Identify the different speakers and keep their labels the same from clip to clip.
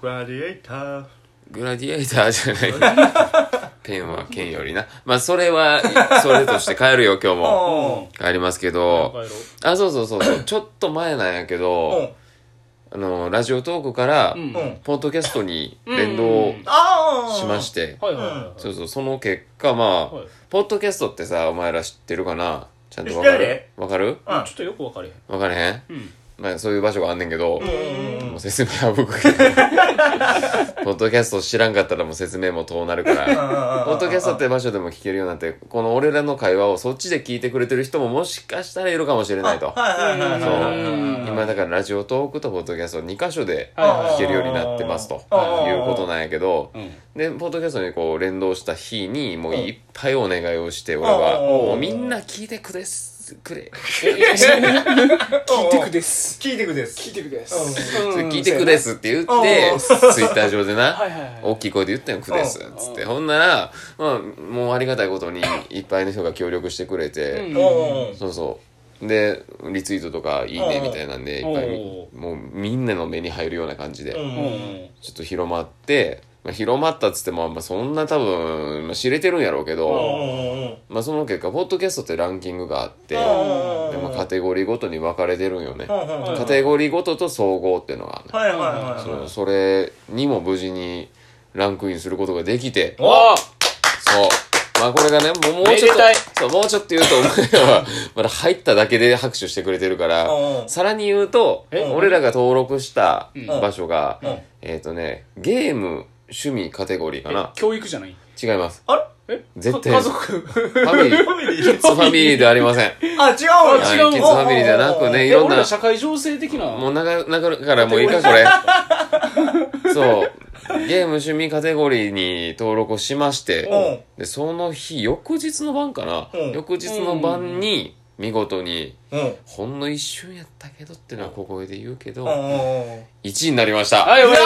Speaker 1: グラディエイター
Speaker 2: グラディエイターじゃないペンは剣よりなまあそれはそれとして帰るよ今日も
Speaker 1: う
Speaker 2: 帰りますけ
Speaker 3: なん
Speaker 2: ど
Speaker 3: かやろ
Speaker 2: あそうそうそうそうちょっと前なんやけ
Speaker 1: んうん
Speaker 2: どあのラジオトークから
Speaker 3: うん
Speaker 1: うん
Speaker 2: ポッドキャストに
Speaker 3: うん
Speaker 2: 連動
Speaker 1: ああ
Speaker 2: しましてて
Speaker 3: はいはいはいはい
Speaker 2: そうそうその結果まあ
Speaker 3: はい
Speaker 2: ポッドキャストってさお前ら知ってるかなちゃんとわか
Speaker 1: 知ってる
Speaker 2: るわかる
Speaker 1: うん
Speaker 3: ちょっとよく分かれへん
Speaker 2: わかれへん
Speaker 3: うん
Speaker 2: まあそういう場所があんねんけど、
Speaker 1: うんうん
Speaker 2: もう説明は僕けどポッドキャスト知らんかったらもう説明も遠なるからポッドキャストって場所でも聞けるようになってこの俺らの会話をそっちで聞いてくれてる人ももしかしたらいるかもしれないと
Speaker 1: はいはいはい
Speaker 2: そう
Speaker 1: はい
Speaker 3: ん
Speaker 2: 今だからラジオトークとポッドキャスト2箇所で
Speaker 3: はいはいはい
Speaker 2: 聞けるようになってますという
Speaker 1: あー
Speaker 2: ことなんやけど
Speaker 3: うん
Speaker 2: でポッドキャストにこう連動した日にもういっぱいお願いをして俺
Speaker 1: あ
Speaker 2: は
Speaker 1: ー
Speaker 2: もうみんな聞いてくれすくれ
Speaker 1: 聞
Speaker 3: 聞いてくです
Speaker 1: 聞いてくです
Speaker 3: 聞いてくです
Speaker 1: う
Speaker 3: うん
Speaker 2: 聞いてくですって言って
Speaker 1: うん
Speaker 2: ツイッター上でな
Speaker 3: はいはいはい
Speaker 2: 大きい声で言ったよ、苦です。
Speaker 1: う
Speaker 2: つって。ほんなら、まあ、もうありがたいことに、いっぱいの人が協力してくれ
Speaker 3: う
Speaker 2: て、
Speaker 3: ん
Speaker 1: おー
Speaker 2: そうそう。で、リツイートとか、いいね、みたいなんで、いっぱいみ、もうみんなの目に入るような感じで、
Speaker 1: う
Speaker 2: ちょ
Speaker 3: うんん
Speaker 2: っと広まって、まあ、広まったっつっても、まあ、そんな多分、まあ、知れてるんやろうけ
Speaker 1: う
Speaker 2: ど、
Speaker 1: んうん
Speaker 2: まあ、その結果、ポッドキャストってランキングがあって、
Speaker 1: うん
Speaker 2: でまあカテゴリーごとに分かれてるんよね。
Speaker 1: うんうん
Speaker 2: カテゴリーごとと総合っていうのがあるの
Speaker 1: はいはいはい
Speaker 2: そ
Speaker 1: は
Speaker 2: うそれにも無事にランクインすることができて、
Speaker 3: おー
Speaker 2: そう。まあこれがね、もうもうちょっ
Speaker 3: めでたい
Speaker 2: と、そう、もうちょっと言うと、お前らは、まだ入っただけで拍手してくれてるから
Speaker 1: う、ん
Speaker 2: さらに言うと、
Speaker 3: え
Speaker 2: 俺らが登録した
Speaker 3: ん
Speaker 2: 場所が
Speaker 1: うん、
Speaker 2: えっとね、ゲーム趣味カテゴリーかな
Speaker 3: え。教育じゃない
Speaker 2: 違います。
Speaker 1: あ
Speaker 3: え
Speaker 2: 絶対
Speaker 3: か家族
Speaker 2: ファミリー、
Speaker 1: ファミリー
Speaker 2: キッズファミリーではありません。はい
Speaker 1: あ違う
Speaker 2: キ
Speaker 3: あ違
Speaker 2: ッ
Speaker 3: う
Speaker 2: ズファミリーではなくね、い
Speaker 3: え
Speaker 2: ろん
Speaker 3: 俺
Speaker 2: な
Speaker 3: ら、社会情勢的な
Speaker 2: もう長く、長くからもういいか、これ。そう。ゲーム趣味カテゴリーに登録をしまして、で、その日、翌日の晩かな
Speaker 1: うん。
Speaker 2: 翌日の晩に、見事に、
Speaker 1: うんうん
Speaker 2: ほんの一瞬やったけどっていうのは小声で言うけ
Speaker 1: う
Speaker 2: ど、
Speaker 1: んうん
Speaker 2: 1位になりました。
Speaker 3: はいおめでと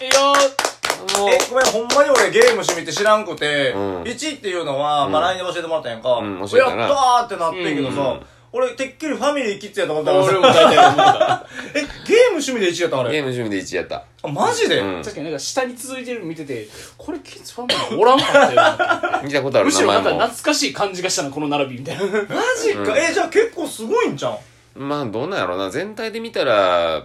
Speaker 3: ういいよいいよ
Speaker 2: もう
Speaker 1: え、ごめん、ほんまに俺ゲーム趣味って知らんくて、
Speaker 2: うん
Speaker 1: 1位っていうのは、まあ、LINE で教えてもらったやんか。
Speaker 2: うん教えたな
Speaker 1: やったーってなってんけどさ、俺、てっきりファミリーキッズやと思ったから
Speaker 3: 俺
Speaker 1: さ
Speaker 3: も大体思った
Speaker 1: え、ゲーム趣味で1位やったんあ
Speaker 2: ゲ
Speaker 1: れ。
Speaker 2: ーム趣味で1位やった。
Speaker 1: あ、マジで、
Speaker 2: うん
Speaker 3: 確かになんか下に続いてるの見てて、これキッズファンがおらんかったよ なって。
Speaker 2: 見たことある
Speaker 3: むし
Speaker 2: 名
Speaker 3: ろな
Speaker 2: 前
Speaker 3: んか
Speaker 2: も。
Speaker 3: 懐かしい感じがしたな、この並びみたいな。
Speaker 1: マジか、え、じゃあ結構すごいんじゃん。
Speaker 2: まあ、どうなんやろうな。全体で見たら、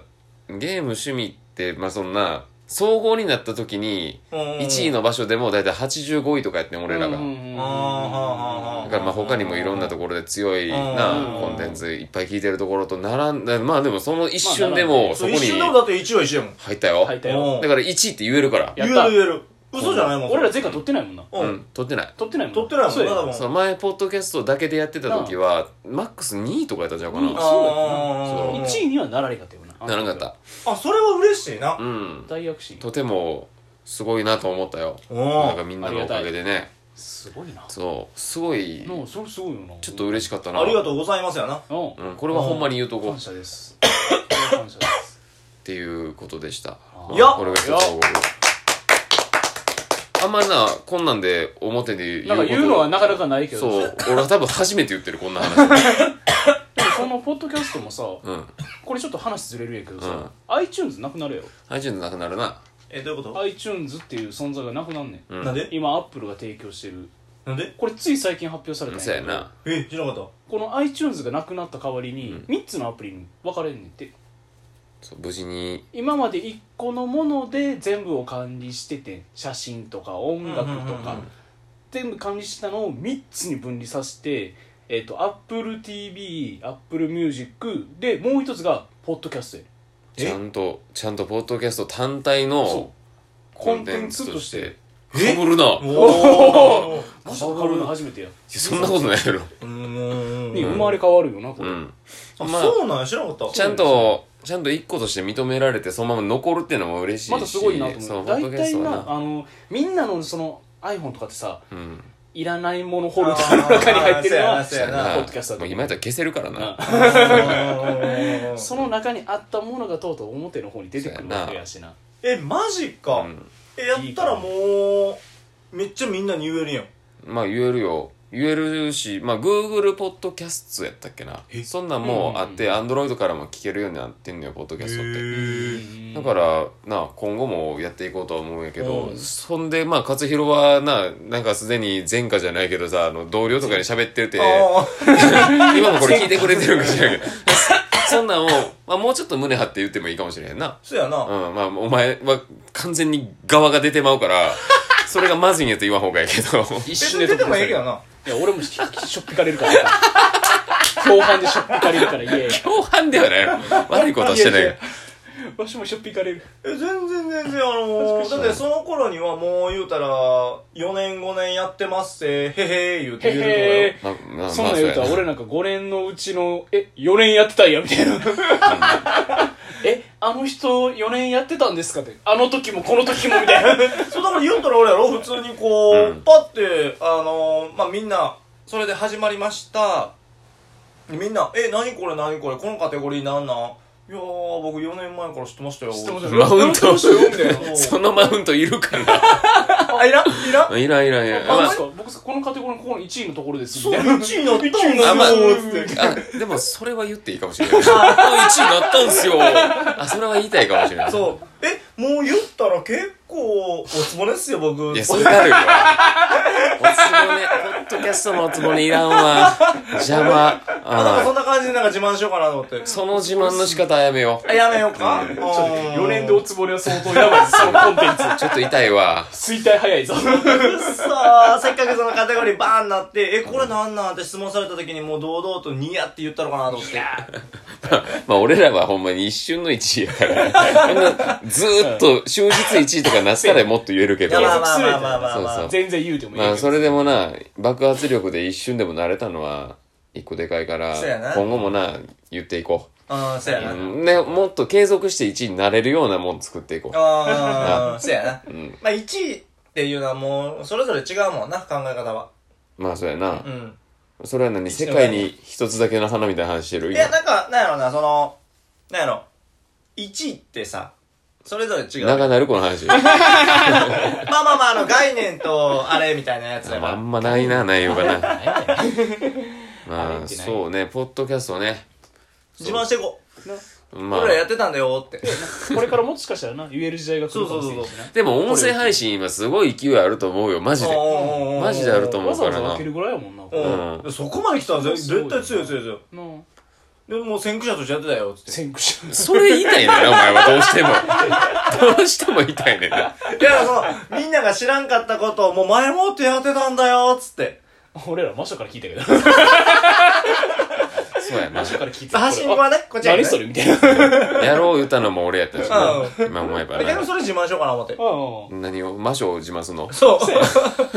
Speaker 2: ゲーム趣味って、まあそんな、総合になった時に、
Speaker 1: うん
Speaker 2: 1位の場所でもだいたい85位とかやってん俺らが。
Speaker 1: あーはあはあは
Speaker 2: だからまあ他にもいろんなところで強いな
Speaker 1: うん
Speaker 2: コンテンツいっぱい聞いてるところと並んだまあでもその一瞬で
Speaker 3: ま
Speaker 2: も
Speaker 3: あ
Speaker 2: そこ
Speaker 1: 一
Speaker 2: に
Speaker 1: 瞬でもだって1位は1位やもん。
Speaker 2: 入ったよ
Speaker 3: 入っ
Speaker 2: だ
Speaker 3: た
Speaker 1: う
Speaker 3: よ。
Speaker 1: ん
Speaker 2: から1位って言えるから
Speaker 3: や
Speaker 1: 言
Speaker 3: っ
Speaker 1: え
Speaker 3: た
Speaker 1: る言える。嘘じゃないもん。
Speaker 3: 俺ら前回撮ってないもんな。
Speaker 1: う。
Speaker 2: うんん取ってない
Speaker 3: 撮ってないもん
Speaker 1: 取ってないもん
Speaker 3: そうや
Speaker 1: まだもん
Speaker 2: そう前ポッドキャストだけでやってた時はマックス2位とかやったんちゃうか
Speaker 3: うん
Speaker 2: な
Speaker 3: あ
Speaker 1: あー
Speaker 3: 1位にはなられかったよな。
Speaker 2: ならなかっ
Speaker 1: あ、それは嬉しいな
Speaker 2: た。うん
Speaker 3: 大躍進。
Speaker 2: とてもすごいなと思ったよ
Speaker 1: うん
Speaker 2: なんかみんなのおかげでね
Speaker 3: すごいな。
Speaker 2: そうすごい
Speaker 3: なあそれすごいよな。
Speaker 2: ちょっと嬉しかったな
Speaker 1: ありがとうございますやな。
Speaker 3: う
Speaker 2: うんこれはほんまに言うとこ
Speaker 3: ん。
Speaker 2: うっ
Speaker 3: 感謝です。感 謝です。
Speaker 2: ていうことでした
Speaker 3: あ
Speaker 1: ーよっ
Speaker 2: これが一つの報告あんまなこんなんで表で言う
Speaker 3: なんか
Speaker 2: こと
Speaker 3: 言うのはなかなかないけど、
Speaker 2: そ
Speaker 3: でも
Speaker 2: う俺は多分初めて言ってるこんな 話
Speaker 3: そのポッドキャストもさ、
Speaker 2: うん
Speaker 3: これちょっと話ずれるやけど
Speaker 2: うん
Speaker 3: さ、iTunes なくなるやろ。
Speaker 2: iTunes なくなるな
Speaker 1: え、どういうこと、
Speaker 3: iTunes っていう存在がなくなんねん。
Speaker 2: うん
Speaker 1: なんで
Speaker 3: 今アップルが提供してる
Speaker 1: なんで
Speaker 3: これつい最近発表されたん
Speaker 2: そうや
Speaker 3: けど
Speaker 2: な
Speaker 1: え、知らなかっ
Speaker 3: この iTunes がなくなった代わりに3つのアプリに分かれんねんって
Speaker 2: そう無事に
Speaker 3: 今まで1個のもので全部を管理してて写真とか音楽
Speaker 1: うんう
Speaker 3: と
Speaker 1: んうんう
Speaker 3: か
Speaker 1: ん
Speaker 3: 全部管理してたのを3つに分離させてえっ、と AppleTV、AppleMusic でもう一つがポッドキャストや
Speaker 1: え
Speaker 2: ちゃんとちゃんとポッドキャスト単体
Speaker 3: そ
Speaker 2: の
Speaker 3: コ
Speaker 2: コ
Speaker 3: ン
Speaker 2: ン
Speaker 3: テ
Speaker 2: テ
Speaker 3: ン
Speaker 2: ン
Speaker 3: ツ
Speaker 2: ツ
Speaker 3: と
Speaker 2: と
Speaker 3: し
Speaker 2: してて被る
Speaker 1: た
Speaker 2: ないや
Speaker 1: おー
Speaker 3: まさか変わるの初めてや
Speaker 2: そんなことないや
Speaker 1: う
Speaker 2: ろ
Speaker 1: ーん
Speaker 3: に生まれ変わるよなこ
Speaker 2: う
Speaker 3: れ、
Speaker 2: ん
Speaker 1: あ、
Speaker 2: まあ
Speaker 1: そうなんや知らなかっ
Speaker 2: ち
Speaker 1: た
Speaker 2: ゃんとちゃんと一個として認められてそのまま残るっていうのも嬉しいし
Speaker 3: またすごいなと
Speaker 2: そ
Speaker 3: 思
Speaker 2: う
Speaker 3: う
Speaker 2: ポッ
Speaker 3: 大
Speaker 2: ドキャス
Speaker 3: 体
Speaker 2: トは
Speaker 3: な
Speaker 2: な
Speaker 3: あのみんなのその iPhone とかってさ
Speaker 2: うん
Speaker 3: いらないものホルダーの中に入ってるの
Speaker 1: あー
Speaker 3: は
Speaker 1: そうやなそうやな
Speaker 3: ポッドキャストだ
Speaker 2: も
Speaker 3: と
Speaker 2: う今やったら消せるからな
Speaker 1: うん
Speaker 3: その中にあったものがとうとう表の方に出てくるわけやしな
Speaker 1: えマジか、
Speaker 2: うん
Speaker 1: えやったらもうめっちゃみんなに言えるやん
Speaker 2: まあ言えるよ言えるし、まあ、Google ポッドキャストやったっけなそんなんもあって、Android からも聞けるようになってんのよポッドキャストって。だからな今後もやっていこうとは思うんやけど、
Speaker 3: うん
Speaker 2: そんでまあ勝弘はななんかすでに前科じゃないけどさあの同僚とかに喋ってて
Speaker 1: ああ
Speaker 2: 今もこれ聞いてくれてるかしらんけどそんなんを、まあ、もうちょっと胸張って言ってもいいかもしれへんな、
Speaker 1: そうや
Speaker 2: うん
Speaker 1: な。
Speaker 2: まあ、お前は完全に側が出てまう からそれがまずいんやと言わん方がいいけど
Speaker 3: 一
Speaker 1: 別
Speaker 3: 瞬
Speaker 1: に
Speaker 3: で
Speaker 1: 出て
Speaker 3: 突破
Speaker 1: もえ
Speaker 3: され
Speaker 1: えけどな。
Speaker 3: いや俺もししょっぴかれるから共犯でしょっぴかれるからいえ
Speaker 2: 共犯ではないよ悪いことはしてない
Speaker 3: いやいやわしもしょっぴかれる
Speaker 1: え、全然全然、あのー、だってその頃にはもう言うたら、4年5年やってますって、へへー言う
Speaker 3: へ
Speaker 1: て言うて
Speaker 3: へ
Speaker 2: まあまあ
Speaker 3: そんなん言うと
Speaker 2: まあそう
Speaker 3: は
Speaker 2: や
Speaker 3: 俺なんか5年のうちのえ4年やってたんやみたいなえあの人4年やってたんですかってあの時もこの時もみたいな
Speaker 1: そうだから言うたら俺やろ普通にこう、
Speaker 2: うん
Speaker 1: パッてあのーまあみんなそれで始まりましたみんな「え何これ何これこのカテゴリーなんなん?」いやー僕4年前から知ってましたよ
Speaker 3: 知ってましたよ
Speaker 2: マウント
Speaker 1: いな
Speaker 2: そのマウントいる かな
Speaker 1: あいらんいらん
Speaker 2: いらんいらんいらん、
Speaker 3: あ
Speaker 2: ま
Speaker 3: の
Speaker 2: あ
Speaker 3: 人僕このカテゴリーのここの1位のところです
Speaker 1: そ
Speaker 3: み
Speaker 1: う
Speaker 3: たいな
Speaker 1: 1位になったんです
Speaker 2: あまあ
Speaker 1: よつって
Speaker 2: あ、でもそれは言っていいかもしれない。 あ、1位になったんすよ。あ、それは言いたいかもしれない。う。
Speaker 1: そうえもう言ったら結構おつぼねっすよ僕
Speaker 2: いや、それなるよ。おつぼね、ポッドキャストのおつぼねいらんわ。邪魔。
Speaker 1: あなんかそ
Speaker 2: あ
Speaker 1: んな感じでなんか自慢しようかなと思って
Speaker 2: その自慢の仕方はやめよ
Speaker 1: あやめようか
Speaker 2: うん
Speaker 3: 4
Speaker 1: 4
Speaker 3: 年でおつぼれは相当やばいですそのコンテンツ
Speaker 2: う。ちょっと痛いわ。
Speaker 3: 衰退早いぞ
Speaker 1: くっそーせっかくそのカテゴリーバーンなって「えこれなんなん?」って質問された時にもう堂々と「ニヤ」って言ったのかなと思って
Speaker 2: まあ、俺らはほんまに一瞬の1位やから。こんなずーっと、終日1位とかなったらもっと言えるけ
Speaker 1: い
Speaker 2: ど
Speaker 1: や。まあまあまあまあまあまあ
Speaker 2: そうそう
Speaker 3: 全然言うてもいい
Speaker 2: まあ、そ
Speaker 3: れ
Speaker 2: れでもな、爆発力で一瞬でも慣れたのは、一個でかいから
Speaker 1: そうやな、
Speaker 2: 今後もな、言っていこう。
Speaker 1: うんそうやな
Speaker 2: うんね、もっと継続して1位になれるようなもん作っていこう。
Speaker 1: ああそうやな
Speaker 2: うん、
Speaker 1: まあ1位っていうのはもうそれぞれ違うもんな考え方は
Speaker 2: まあそうやな
Speaker 1: う。ん
Speaker 2: それは何世界に一つだけの花みたいな話してる
Speaker 1: い
Speaker 2: 今
Speaker 1: やなんかなんやろなそのなんやろ1位ってさそれぞれ違うまあ
Speaker 2: 長なるこの話。
Speaker 1: まあまああの概念とあれみたいなやつだ
Speaker 2: まああ
Speaker 1: か
Speaker 2: んまないな、内容がな。ま
Speaker 3: あれっ
Speaker 2: あ
Speaker 3: てない
Speaker 2: そうね、ポッドキャストね。
Speaker 1: 自慢していこう
Speaker 2: まあ
Speaker 1: 俺ら。やってたんだよって
Speaker 3: これからもしかしたらな言える時代が来るかもしれないし
Speaker 1: そうそう
Speaker 3: な
Speaker 2: でも音声配信今すごい勢いあると思うよ、 マジで。マジであると思う
Speaker 3: わざわざ分けるぐらいやもんな、こ
Speaker 1: うん
Speaker 2: う
Speaker 1: そこまで来たらぜ絶対強い強い強い
Speaker 3: れな
Speaker 1: でもう先駆者としてやってたよっつって
Speaker 3: 先駆者
Speaker 2: それ言いたいねんな、お前はどうしても。どうしても言いたいねんな。
Speaker 1: いやそのみんなが知らんかったことをもう前もってやってたんだよっつって
Speaker 3: 俺らマシャから聞いたけど
Speaker 2: そうやな
Speaker 3: マ。シャから聞いた
Speaker 1: 発信はねこっちら
Speaker 3: 何それみたいな
Speaker 2: やろう言ったのも俺やったしな。今思えば
Speaker 1: 逆に
Speaker 2: な。
Speaker 1: それ自慢しようかな思って
Speaker 3: あ
Speaker 2: 何を、魔女を自慢すんの
Speaker 1: そう
Speaker 3: あ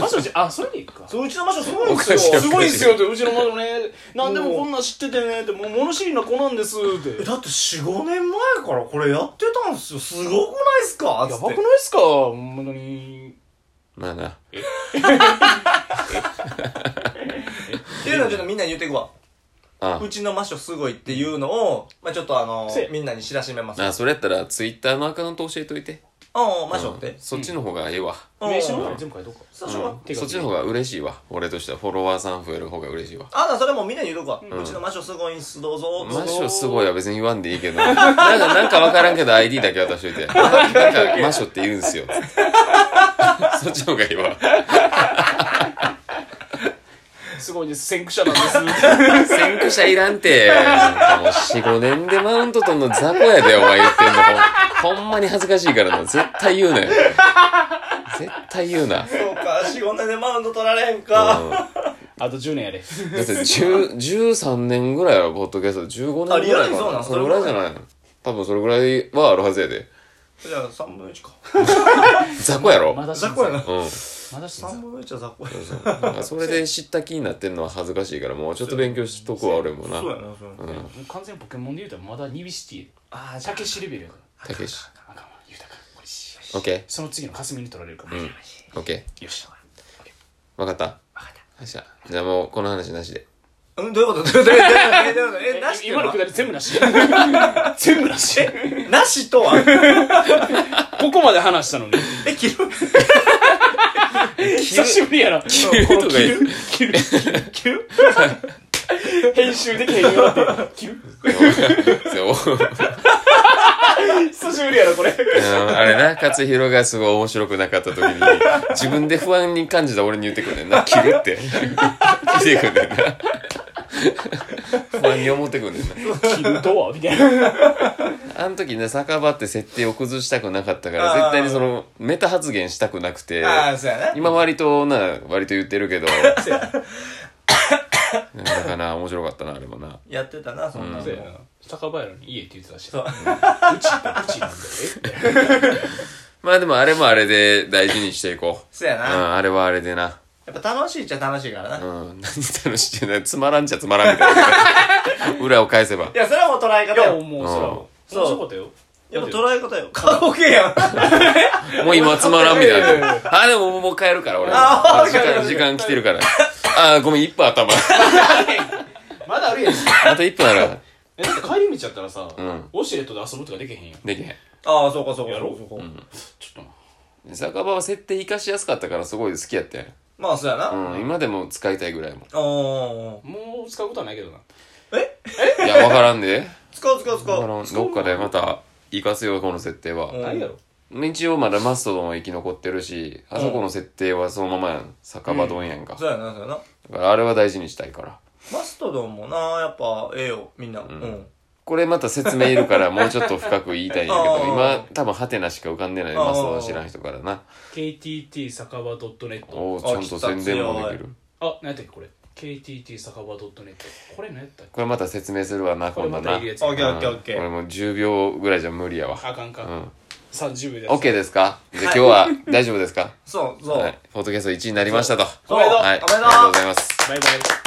Speaker 3: マシャじゃあそれでいいか
Speaker 1: そううちの場所すごいんです
Speaker 2: おかしいや
Speaker 1: よ
Speaker 2: ん
Speaker 3: すごいっすよってうちのマシャね何でもこんなん知っててねってもう物知りな子なんですって
Speaker 1: え
Speaker 3: や
Speaker 1: だって45年前からこれやってたんすよすごくないっすかつ
Speaker 3: ば
Speaker 1: っ
Speaker 3: くない
Speaker 1: て
Speaker 3: っすかほんまに
Speaker 2: まあな。
Speaker 1: っていうのをちょっとみんなに言っていくわ
Speaker 2: あ
Speaker 1: うちのマショすごいっていうのを、まあ、ちょっとあの
Speaker 3: せや
Speaker 1: みんなに知らしめます
Speaker 2: あそれやったらツイッターのアカウント教えといて
Speaker 1: ああマショって
Speaker 2: うん、そっちの方がええわ、
Speaker 1: うん
Speaker 3: 名刺の方に全部書いとこう
Speaker 1: そう
Speaker 2: うん
Speaker 1: しようか
Speaker 3: 手書き
Speaker 2: そ
Speaker 3: で
Speaker 2: っちの方が嬉しいわ俺としてはフォロワーさん増える方が嬉しいわ
Speaker 1: あなたそれもみんなに言うとくわ、うちのマショすごいんすどうぞ
Speaker 2: マッショすごいは別に言わんでいいけどなんかなんか分からんけど ID だけ渡しといてなんかマッショって言うんすよそっちの方がいいわ
Speaker 3: すごいです先駆者なん です
Speaker 2: 先駆者いらんてなんかもう45年でマウントとんの雑魚やでお前言ってんのほんほんまに恥ずかしいからな絶対言うなよ絶対言うな、うん
Speaker 1: そうか45年でマウント取られへんか、
Speaker 3: あと10年やれ
Speaker 2: だって10 13年ぐらいはポッドキャスト15年ぐら
Speaker 1: あ
Speaker 2: い
Speaker 1: リアルにそう
Speaker 2: か
Speaker 1: な
Speaker 2: なんそれぐらいじゃないの多分それぐらいはあるはずやで
Speaker 1: じゃあ3分の1か
Speaker 2: 雑魚やろ
Speaker 3: まだ
Speaker 1: 雑魚やな
Speaker 2: うん
Speaker 3: まだ新
Speaker 1: 3
Speaker 3: 参
Speaker 1: 分の1は雑魚や
Speaker 2: そうなんかそれで知った気になってんのは恥ずかしいからもうちょっと勉強しとくわ俺もな
Speaker 1: そうやなそうやな、
Speaker 2: うん
Speaker 3: 完全にポケモンで言うたらまだニビシティ
Speaker 1: ああ
Speaker 3: たけしレベルやから
Speaker 2: たけし
Speaker 3: あかんわ言うたからこれし
Speaker 2: OKOK
Speaker 3: その次の霞に取られるかもしれないし、よし
Speaker 2: 分かった分かったじゃあじゃあもうこの話なしで
Speaker 1: うんどういうことどういうことどういうことえ
Speaker 3: え
Speaker 1: なしって
Speaker 3: 今の
Speaker 1: の
Speaker 3: くだり全部な し全部なし
Speaker 1: はなしとは
Speaker 3: ここまで話したのに
Speaker 1: え切る
Speaker 3: 久しぶりやな。
Speaker 2: 切るとか言う
Speaker 3: 切る切る切る 編集できへんようになって、切る
Speaker 2: そう
Speaker 3: 久しぶりやな、これ。
Speaker 2: うんあれな、勝弘がすごい面白くなかった時に、自分で不安に感じた俺に言ってくんねんな、切るって。言ってくんねんな。不安に思ってくんねんな。
Speaker 3: 切るとはみたいな。
Speaker 2: あの時ね、酒場って設定を崩したくなかったか
Speaker 1: あ
Speaker 2: ら、
Speaker 1: ー
Speaker 2: 絶対にその、メタ発言したくなくて、
Speaker 1: ああそうやな
Speaker 2: 今割とな、割と言ってる けど、
Speaker 3: そうや
Speaker 2: なかなかな、面白かったな、あれもな。
Speaker 1: やってたなそんなの
Speaker 3: そうやな。酒場やのに家って言ってたし。う
Speaker 1: そう
Speaker 3: ちって、うちなんだよ。え
Speaker 2: まあでもあれもあれで大事にしていこう。
Speaker 1: そうや
Speaker 2: うん、
Speaker 1: な、
Speaker 2: あれはあれでな。
Speaker 1: やっぱ楽しいっちゃ楽しいからな、
Speaker 2: う
Speaker 1: い
Speaker 2: ん、何楽しいんだつまらんちゃつまらんみたいな。 裏を返せば。
Speaker 1: やそれはもう捉え方
Speaker 3: いや、
Speaker 1: よ
Speaker 3: もう、そら、面
Speaker 1: そう
Speaker 3: 白かったよ。
Speaker 1: やっぱ捉え方よカラオケやん
Speaker 2: もう今つまらんみたい
Speaker 3: いやいやい
Speaker 2: な。あ、でももう帰るから、俺。
Speaker 1: あ
Speaker 2: 時間、時間来てるから。あ、ごめん、1分頭。
Speaker 3: まだあるやん。
Speaker 2: あと1分あるわ。
Speaker 3: え、だって帰り道やったらさ、
Speaker 2: ん
Speaker 3: ウォシュレットで遊ぶとかできへんやん。
Speaker 2: できへん。
Speaker 1: ああそうかそうか
Speaker 3: やろう
Speaker 1: そうかそうか、
Speaker 3: ちょっとな。
Speaker 2: 酒場は設定活かしやすかったからすごい好きやったやん。
Speaker 1: まあそうやな、あ
Speaker 2: うん、今でも使いたいぐらいも。
Speaker 1: あ
Speaker 3: もう使うことはないけどな。
Speaker 1: え
Speaker 2: いや、わからんで。
Speaker 1: 使う使う使
Speaker 2: わ
Speaker 1: う
Speaker 2: からん。どっかでまた、活かすよ、この設定
Speaker 1: うん
Speaker 2: は。
Speaker 3: ないやろ。
Speaker 2: 一応まだマストドンは生き残ってるし、あそこの設定はそのままやん。酒場ドンやんか。
Speaker 1: そうやなそうやな
Speaker 2: だからあれは大事にしたいから。
Speaker 1: マストドンもなやっぱええよみんなうん、
Speaker 2: これまた説明いるからもうちょっと深く言いたいんやけ
Speaker 1: あ
Speaker 2: ど、
Speaker 1: ー
Speaker 2: 今多分ハテナしか浮かんでないマストドン知らん人からな。
Speaker 3: KTT 酒場 .net。
Speaker 2: おお、ちゃんと宣伝もでき
Speaker 1: あ来た強
Speaker 2: る。
Speaker 3: あ、何やったっけこれ。KTT 酒場 .net。これ何やったっけ
Speaker 2: これまた説明するわな、
Speaker 3: こ
Speaker 2: こ
Speaker 3: れ
Speaker 2: んな
Speaker 3: ま
Speaker 2: んな。
Speaker 3: たいる
Speaker 2: う
Speaker 3: や
Speaker 2: ん
Speaker 3: つ
Speaker 1: オ
Speaker 3: や
Speaker 1: ッケ
Speaker 3: な。
Speaker 1: ーオッケーオッケ
Speaker 2: 俺
Speaker 1: ー
Speaker 2: もう10秒ぐらいじゃ無理やわ。
Speaker 3: あかんか。
Speaker 2: うん。
Speaker 3: 30秒です。
Speaker 2: OK ですかじゃあ今日は大丈夫ですか
Speaker 1: そうそう、
Speaker 2: はい。フォートキャスト1位になりましたと。
Speaker 3: おめでとう
Speaker 1: お
Speaker 2: はい。あ
Speaker 1: め
Speaker 2: り
Speaker 1: でとう
Speaker 2: がとうございます。
Speaker 3: バイバイ。